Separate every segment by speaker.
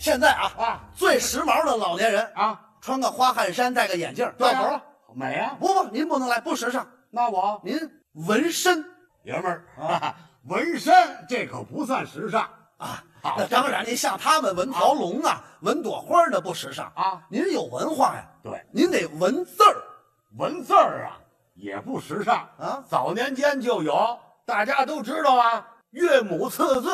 Speaker 1: 现在啊
Speaker 2: 啊
Speaker 1: 最时髦的老年人，
Speaker 2: 啊，
Speaker 1: 穿个花汗衫，戴个眼镜，
Speaker 2: 到
Speaker 1: 到
Speaker 2: 头
Speaker 1: 头
Speaker 2: 了
Speaker 1: 了。，
Speaker 2: 美啊！
Speaker 1: 不不，您不能来，不时尚。
Speaker 2: 那我
Speaker 1: 您纹身
Speaker 2: 爷们儿啊，纹身这可不算时尚
Speaker 1: 啊，
Speaker 2: 好
Speaker 1: 那当然，您像他们纹条龙啊，纹朵花儿的不时尚。
Speaker 2: 啊。
Speaker 1: 您有文化呀，
Speaker 2: 对，
Speaker 1: 您得文字儿。
Speaker 2: 文字儿啊也不时尚
Speaker 1: 啊
Speaker 2: 早年间就有，大家都知道啊，岳母刺字。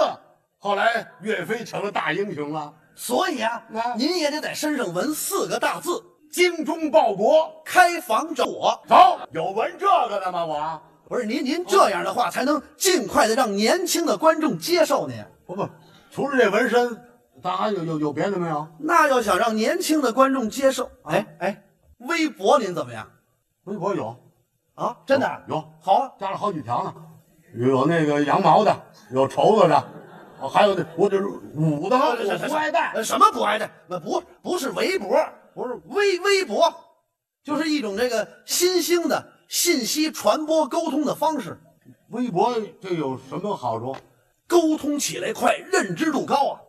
Speaker 2: 后来岳飞成了大英雄了，
Speaker 1: 所以啊
Speaker 2: 啊，
Speaker 1: 您也得在身上纹四个大字
Speaker 2: 精忠报国。
Speaker 1: “开房找我”。
Speaker 2: 走，有纹这个的吗？我
Speaker 1: 不是您，您这样的话才能尽快的让年轻的观众接受您。
Speaker 2: 不不，除了这纹身，咱还有有有别的没有？
Speaker 1: 那要想让年轻的观众接受，哎哎，微博您怎么样
Speaker 2: 微博有，
Speaker 1: 啊？真的啊
Speaker 2: 有哦有
Speaker 1: 好啊？
Speaker 2: 加了好几条呢，有那个羊毛的，有绸子的，哦还有那我这舞的，哦我不爱戴。
Speaker 1: 呃什么不爱戴？不不不是微博，不是微微博，就是一种这个新兴的信息传播沟通的方式，
Speaker 2: 微博这有什么好处？
Speaker 1: 沟通起来快，认知度高啊。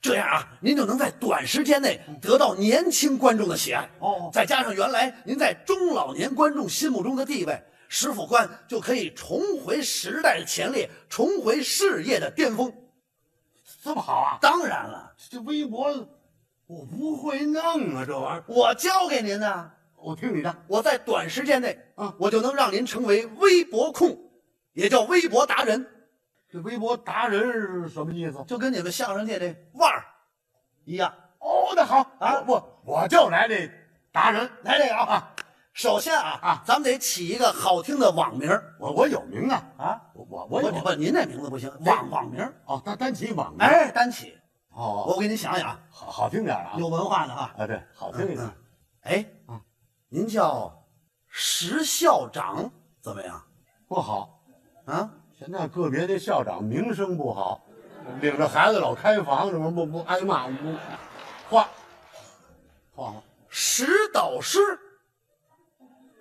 Speaker 1: 这样啊，您就能在短时间内得到年轻观众的喜爱。
Speaker 2: 哦
Speaker 1: 再加上原来您在中老年观众心目中的地位，石副官就可以重回时代的前列，重回事业的巅峰。
Speaker 2: 这么好啊？
Speaker 1: 当然了，
Speaker 2: 这微博我不会弄啊，这玩意儿。
Speaker 1: 我教给您呢、
Speaker 2: 我听你的，
Speaker 1: 我在短时间内
Speaker 2: 啊
Speaker 1: 我就能让您成为微博控，也叫微博达人，
Speaker 2: 这微博达人是什么意思？
Speaker 1: 就跟你们相声界这腕儿一样。
Speaker 2: 哦，那好啊，我我就来这达人，来这个啊，
Speaker 1: 首先啊
Speaker 2: 啊
Speaker 1: 咱们得起一个好听的网名儿
Speaker 2: 我我有名啊，
Speaker 1: 啊。
Speaker 2: 我我
Speaker 1: 我
Speaker 2: 我有
Speaker 1: 不，您这名字不行，网网名儿。
Speaker 2: 哦，单单起网名，
Speaker 1: 哎，单起，
Speaker 2: 哦，
Speaker 1: 我给您想想啊，
Speaker 2: 好好听点啊，
Speaker 1: 有文化的啊。
Speaker 2: 啊，对，好听一点
Speaker 1: 嗯。哎
Speaker 2: 啊，
Speaker 1: 您叫石校长怎么样
Speaker 2: 不好，
Speaker 1: 啊？
Speaker 2: 现在个别的校长名声不好，领着孩子老开房，什么不不挨骂不，换换换
Speaker 1: 石导师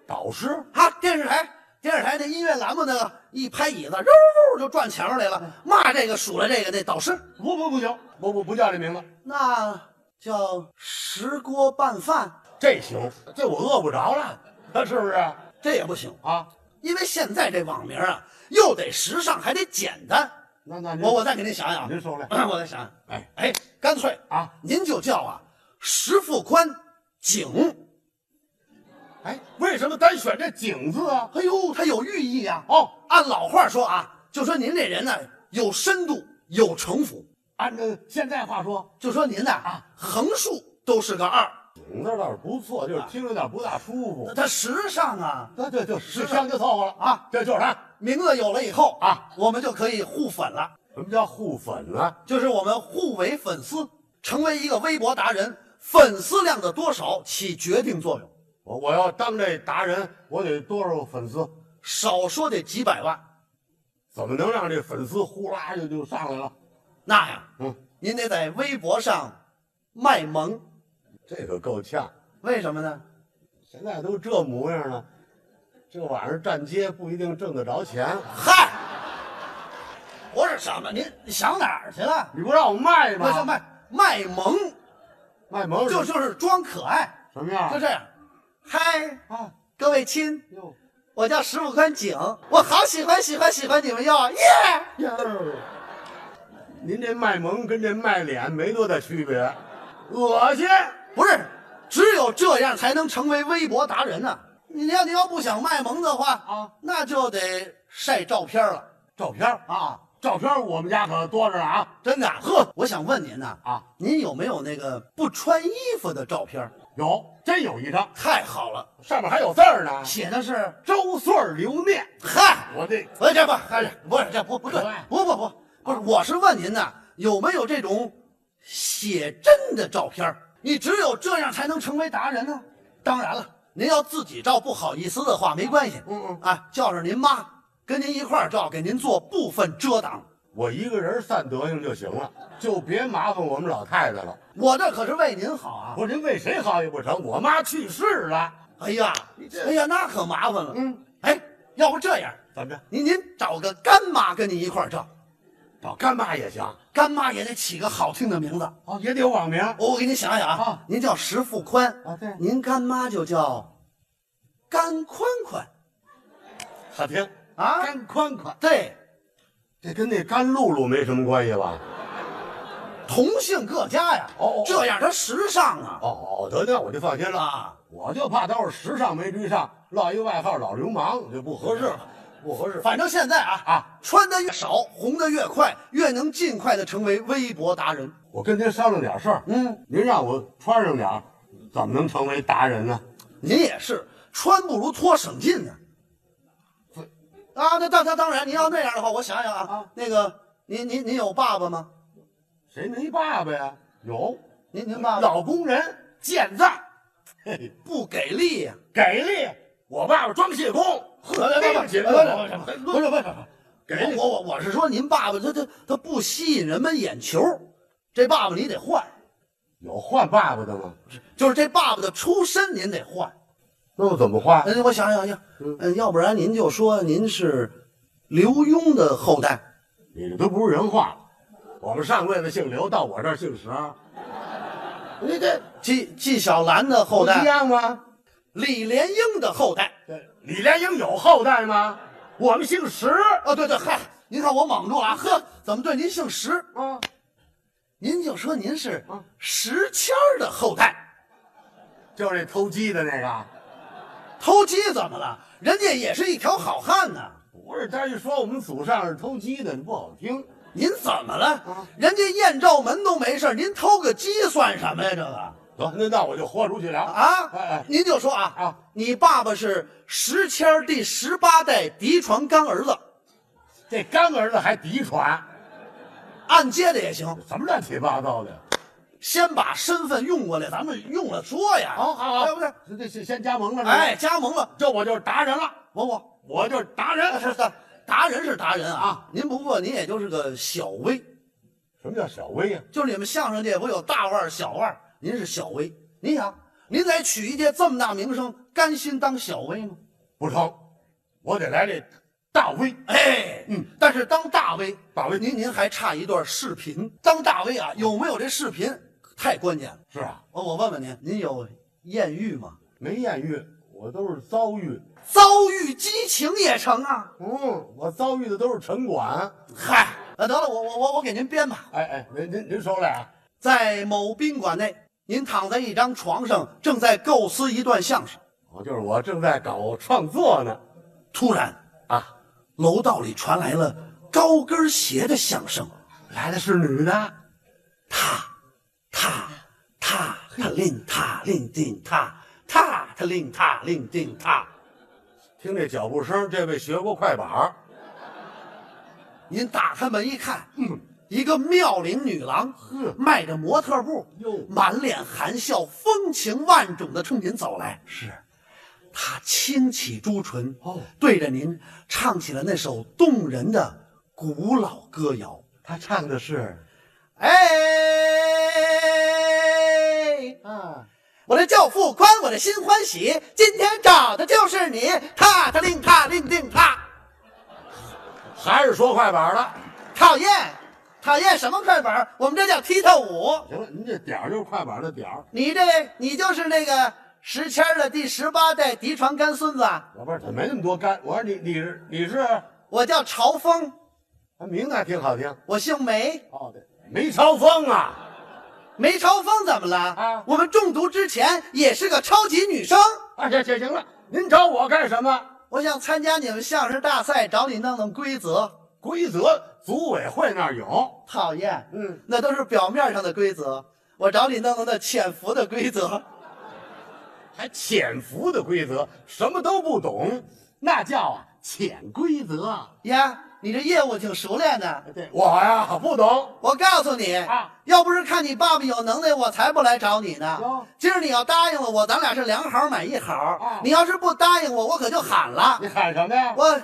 Speaker 2: 导师，
Speaker 1: 啊，电视台电视台那音乐栏目那个一拍椅子，肉就转墙上来了，骂这个数了这个那导师，
Speaker 2: 不不不行，不不不叫这名字，
Speaker 1: 那叫石锅拌饭，
Speaker 2: 这行，这我饿不着了， 是不是啊？
Speaker 1: 这也不行，因为现在这网名啊，又得时尚还得简单。
Speaker 2: 那那您
Speaker 1: 我我再给您想想
Speaker 2: 嗯您
Speaker 1: 啊，
Speaker 2: 受累，
Speaker 1: 我再想想，
Speaker 2: 哎
Speaker 1: 哎，干脆
Speaker 2: 啊，
Speaker 1: 您就叫啊石富宽景，
Speaker 2: 哎，为什么单选这景字啊？
Speaker 1: 哎呦，它有寓意啊。
Speaker 2: 哦，
Speaker 1: 按老话说啊，就说您这人呢有深度，有城府。
Speaker 2: 按照现在话说，
Speaker 1: 就说您呐
Speaker 2: 啊
Speaker 1: 横竖都是个二，
Speaker 2: 景字倒是不错，就是听着有点不大舒服。
Speaker 1: 它时尚啊。
Speaker 2: 对对对，时尚就凑合了啊，这就是它。
Speaker 1: 名字有了以后
Speaker 2: 啊，
Speaker 1: 我们就可以互粉了，
Speaker 2: 什么叫互粉呢、
Speaker 1: 就是我们互为粉丝，成为一个微博达人，粉丝量的多少起决定作用，
Speaker 2: 我我要当这达人，我得多少粉丝？
Speaker 1: 少说得几百万。
Speaker 2: 怎么能让这粉丝呼啦就就上来了？
Speaker 1: 那呀，
Speaker 2: 嗯，
Speaker 1: 您得在微博上卖萌，
Speaker 2: 这个够呛。
Speaker 1: 为什么呢？
Speaker 2: 现在都这模样了，这晚上站街不一定挣得着钱。啊
Speaker 1: 嗨，不是什么，您想哪儿去了？
Speaker 2: 你不让我卖
Speaker 1: 不是
Speaker 2: 吗？
Speaker 1: 卖卖萌，
Speaker 2: 卖萌
Speaker 1: 就是就是装可爱，
Speaker 2: 什么样？
Speaker 1: 就这样。嗨，
Speaker 2: 啊
Speaker 1: 各位亲，
Speaker 2: 哟
Speaker 1: 我叫十五宽井，我好喜欢喜欢喜欢你们哟，耶、
Speaker 2: 哟，您这卖萌跟这卖脸没多大区别，恶心。
Speaker 1: 不是，只有这样才能成为微博达人呢、啊你要你要不想卖萌的话
Speaker 2: 啊，
Speaker 1: 那就得晒照片了
Speaker 2: 照片儿
Speaker 1: 啊！
Speaker 2: 照片儿我们家可多着呢啊
Speaker 1: 真的，呵，我想问您呐、
Speaker 2: 啊！
Speaker 1: 您有没有那个不穿衣服的照片？
Speaker 2: 有，真有一张，
Speaker 1: 太好了，
Speaker 2: 上面还有字儿呢。
Speaker 1: 写的是
Speaker 2: 周岁儿留念，
Speaker 1: 嗨，
Speaker 2: 我这
Speaker 1: 我这不，还是不是这不不对
Speaker 2: 可爱，
Speaker 1: 不不不不是，我是问您呐、有没有这种写真的照片？你只有这样才能成为达人呢、当然了，您要自己照不好意思的话没关系，
Speaker 2: 嗯嗯
Speaker 1: 啊，叫上您妈跟您一块儿照，给您做部分遮挡。
Speaker 2: 我一个人散德行就行了，就别麻烦我们老太太了。
Speaker 1: 我这可是为您好啊！
Speaker 2: 不是您为谁好也不成，我妈去世了，
Speaker 1: 哎呀
Speaker 2: 你，这
Speaker 1: 哎呀，那可麻烦了。
Speaker 2: 嗯，
Speaker 1: 哎，要不这样，
Speaker 2: 怎么着？
Speaker 1: 您您找个干妈跟您一块儿照，
Speaker 2: 找干妈也行啊、
Speaker 1: 干妈也得起个好听的名字。
Speaker 2: 哦，也得有网名
Speaker 1: 我我给您想想啊，
Speaker 2: 啊
Speaker 1: 您叫石富宽
Speaker 2: 啊对
Speaker 1: 您干妈就叫甘宽宽
Speaker 2: 好听
Speaker 1: 啊
Speaker 2: 干宽宽，
Speaker 1: 对，
Speaker 2: 这跟那干露露没什么关系吧？
Speaker 1: 同姓各家呀，
Speaker 2: 哦哦哦
Speaker 1: 这样它时尚啊
Speaker 2: 哦哦，得那我就放心了。
Speaker 1: 啊！
Speaker 2: 我就怕到时候时尚没追上，落一外号老流氓就不合适，不合适。
Speaker 1: 反正现在啊
Speaker 2: 啊，
Speaker 1: 穿的越少，红的越快，越能尽快的成为微博达人。
Speaker 2: 我跟您商量点事儿，
Speaker 1: 嗯，
Speaker 2: 您让我穿上点儿，怎么能成为达人呢？
Speaker 1: 您也是，穿不如脱省劲呢、啊，那当当当然，您要那样的话，我想想啊，
Speaker 2: 啊
Speaker 1: 那个您您您有爸爸吗？
Speaker 2: 谁没爸爸呀？有，
Speaker 1: 您您爸爸
Speaker 2: 老工人健在，嘿，
Speaker 1: 不给力呀、
Speaker 2: 给力。我爸爸装卸工，呵，对不起，对不起，
Speaker 1: 不是不是，
Speaker 2: 给
Speaker 1: 我
Speaker 2: 力。
Speaker 1: 我我我是说您爸爸他他他不吸引人们眼球，这爸爸你得换，
Speaker 2: 有换爸爸的吗？
Speaker 1: 就是这爸爸的出身您得换。
Speaker 2: 那我怎么换？
Speaker 1: 嗯，我想想想，嗯，要不然您就说您是刘墉的后代，
Speaker 2: 你这都不是人话。我们上辈子姓刘，到我这儿姓石，你这
Speaker 1: 纪纪晓岚的后
Speaker 2: 不一
Speaker 1: 代，
Speaker 2: 样吗？
Speaker 1: 李莲英的后代。
Speaker 2: 对李莲英有后代吗？我们姓石
Speaker 1: 哦，对对，嗨，您看我蒙住了啊，呵，怎么对您姓石？
Speaker 2: 啊，
Speaker 1: 您就说您是
Speaker 2: 嗯
Speaker 1: 石谦儿的后代。
Speaker 2: 就这偷鸡的那个。
Speaker 1: 偷鸡怎么了？人家也是一条好汉呢、
Speaker 2: 不是，他一说我们祖上是偷鸡的，不好听。
Speaker 1: 您怎么了
Speaker 2: 啊？
Speaker 1: 人家艳照门都没事儿，您偷个鸡算什么呀？这个
Speaker 2: 得，那那我就豁出去了啊哎
Speaker 1: 啊
Speaker 2: 哎，，
Speaker 1: 您就说啊
Speaker 2: 啊，
Speaker 1: 你爸爸是石谦儿第十八代嫡传干儿子，
Speaker 2: 这干儿子还嫡传，
Speaker 1: 按揭的也行。
Speaker 2: 什么乱七八糟的？
Speaker 1: 先把身份用过来，咱们用了说呀。
Speaker 2: 好好好，嗯
Speaker 1: 对不对？
Speaker 2: 这这先先加盟了，是吧
Speaker 1: 哎，，加盟了，
Speaker 2: 这我就是达人了，
Speaker 1: 我我
Speaker 2: 我就是达人。
Speaker 1: 是的，达人是达人啊
Speaker 2: 啊。
Speaker 1: 您不过您也就是个小微，
Speaker 2: 什么叫小威呀、
Speaker 1: 就是你们相声界不有大腕儿、小腕儿，您是小微。您想，您在曲艺界这么大名声，甘心当小微吗？
Speaker 2: 不成，我得来这大威。
Speaker 1: 哎，嗯，但是当大 V，
Speaker 2: 大 V
Speaker 1: 您您还差一段视频。当大 V 啊，有没有这视频太关键了。
Speaker 2: 是啊，
Speaker 1: 我我问问您，您有艳遇吗？
Speaker 2: 没艳遇，我都是遭遇。
Speaker 1: 遭遇激情也成啊。
Speaker 2: 嗯，我遭遇的都是城管。
Speaker 1: 嗨，那得了，我我我我给您编吧。
Speaker 2: 哎哎，您您您手来啊！
Speaker 1: 在某宾馆内，您躺在一张床上，正在构思一段相声。
Speaker 2: 哦，就是我正在搞创作呢。
Speaker 1: 突然，
Speaker 2: 啊，
Speaker 1: 楼道里传来了高跟鞋的响声，
Speaker 2: 来的是女的，
Speaker 1: 踏踏踏，他令踏令定踏踏，他令踏令定踏。
Speaker 2: 听这脚步声，这位学过快板儿
Speaker 1: 您打开门一看，
Speaker 2: 嗯
Speaker 1: 一个妙龄女郎，迈着模特步
Speaker 2: 哟，
Speaker 1: 满脸含笑，风情万种的冲您走来。是，她轻启朱唇，
Speaker 2: 哦
Speaker 1: 对着您唱起了那首动人的古老歌谣。
Speaker 2: 他唱的是
Speaker 1: 哎，
Speaker 2: 啊，
Speaker 1: 我的舅父宽，我的心欢喜，今天找的就是你，踏踏令踏令令踏。
Speaker 2: 还是说快板儿的。
Speaker 1: 讨厌，讨厌什么快板儿？我们这叫踢踏舞。
Speaker 2: 行了，您这点儿就是快板儿的点儿。
Speaker 1: 你这你就是那个石谦儿的第十八代嫡传干孙子啊，
Speaker 2: 我不是他没那么多干。我说你你是你是，
Speaker 1: 我叫朝风，
Speaker 2: 他名字还挺好听。
Speaker 1: 我姓梅，
Speaker 2: 哦，对，梅超风啊，
Speaker 1: 梅超风怎么了？
Speaker 2: 啊
Speaker 1: 我们中毒之前也是个超级女生，
Speaker 2: 啊，行行行了，您找我干什么？
Speaker 1: 我想参加你们相声大赛，找你弄弄规则。
Speaker 2: 规则组委会那儿有。
Speaker 1: 讨厌，
Speaker 2: 嗯，
Speaker 1: 那都是表面上的规则，我找你弄弄那潜伏的规则。
Speaker 2: 还潜伏的规则，什么都不懂，那叫啊潜规则。
Speaker 1: 呀，你这业务挺熟练的。
Speaker 2: 对，我呀不懂。
Speaker 1: 我告诉你
Speaker 2: 啊
Speaker 1: 要不是看你爸爸有能耐，我才不来找你呢。
Speaker 2: 哟
Speaker 1: 今儿你要答应了我，咱俩是两好买一好。
Speaker 2: 啊
Speaker 1: 你要是不答应我，我可就喊了，
Speaker 2: 你喊什么呀？
Speaker 1: 我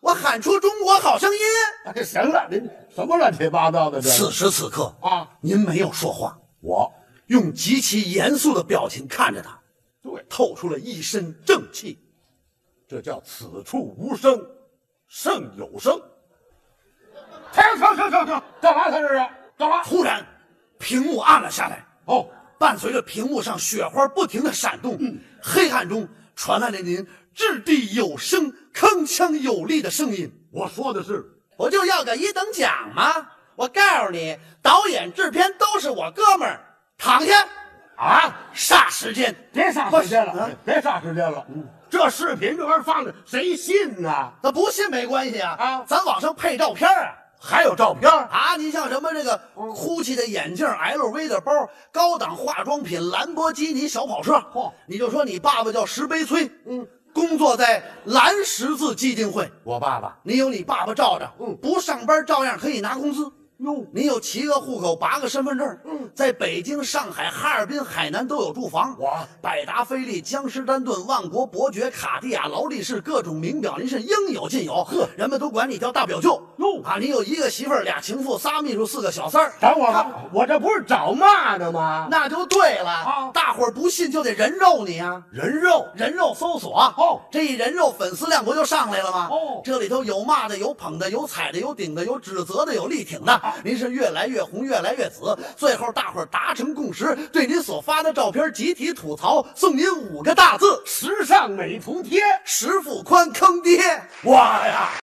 Speaker 1: 我喊出中国好声音。
Speaker 2: 我哎行了，您什么乱七八糟的这
Speaker 1: 此时此刻，
Speaker 2: 啊！
Speaker 1: 您没有说话，
Speaker 2: 我
Speaker 1: 用极其严肃的表情看着他，
Speaker 2: 对，
Speaker 1: 透出了一身正气。
Speaker 2: 这叫此处无声胜有声。停停停停停，干嘛他这是？干嘛？
Speaker 1: 突然，屏幕暗了下来，
Speaker 2: 哦，
Speaker 1: 伴随着屏幕上雪花不停的闪动，黑暗中传来了您掷地有声、铿锵有力的声音。
Speaker 2: 我说的是
Speaker 1: 不就要个一等奖吗？我告诉你，导演、制片都是我哥们儿。躺下！
Speaker 2: 啊，
Speaker 1: 霎时间，
Speaker 2: 别
Speaker 1: 不
Speaker 2: 霎
Speaker 1: 是
Speaker 2: 时间
Speaker 1: 啊
Speaker 2: 了，别霎时间了。这视频这玩意儿放着，谁信呐？
Speaker 1: 那不信没关系啊
Speaker 2: 啊
Speaker 1: 咱网上配照片啊
Speaker 2: 还有照片儿嗯
Speaker 1: 啊！您像什么这个 GUCCI 的眼镜、LV 的包、高档化妆品、兰博基尼小跑车，
Speaker 2: 嚯
Speaker 1: 你就说你爸爸叫石悲催，嗯，工作在蓝十字基金会，
Speaker 2: 我爸爸
Speaker 1: 你有你爸爸罩着，
Speaker 2: 嗯
Speaker 1: 不上班照样可以拿工资。
Speaker 2: 哟，
Speaker 1: 你有七个户口，八个身份证，
Speaker 2: 嗯，
Speaker 1: 在北京、上海、哈尔滨、海南都有住房。
Speaker 2: 哇
Speaker 1: 百达翡丽、江诗丹顿、万国伯爵、卡地亚、劳力士各种名表，您是应有尽有。呵，人们都管你叫大表舅。
Speaker 2: 哟
Speaker 1: 啊，你有一个媳妇儿、俩情妇、仨秘书、四个小三儿，
Speaker 2: 等会儿吧，我这不是找骂呢吗？
Speaker 1: 那就对了。
Speaker 2: 啊
Speaker 1: 大伙儿不信就得人肉你啊！
Speaker 2: 人肉
Speaker 1: 人肉搜索啊
Speaker 2: 哦
Speaker 1: 这一人肉粉丝量不就上来了吗？
Speaker 2: 哦
Speaker 1: 这里头有骂的，有捧的，有踩的，有顶的，有指责的，有力挺
Speaker 2: 啊
Speaker 1: 的。您是越来越红，越来越紫，最后大伙儿达成共识，对您所发的照片集体吐槽，送您五个大字：
Speaker 2: 时尚美图贴，
Speaker 1: 石富宽坑爹。
Speaker 2: 我呀。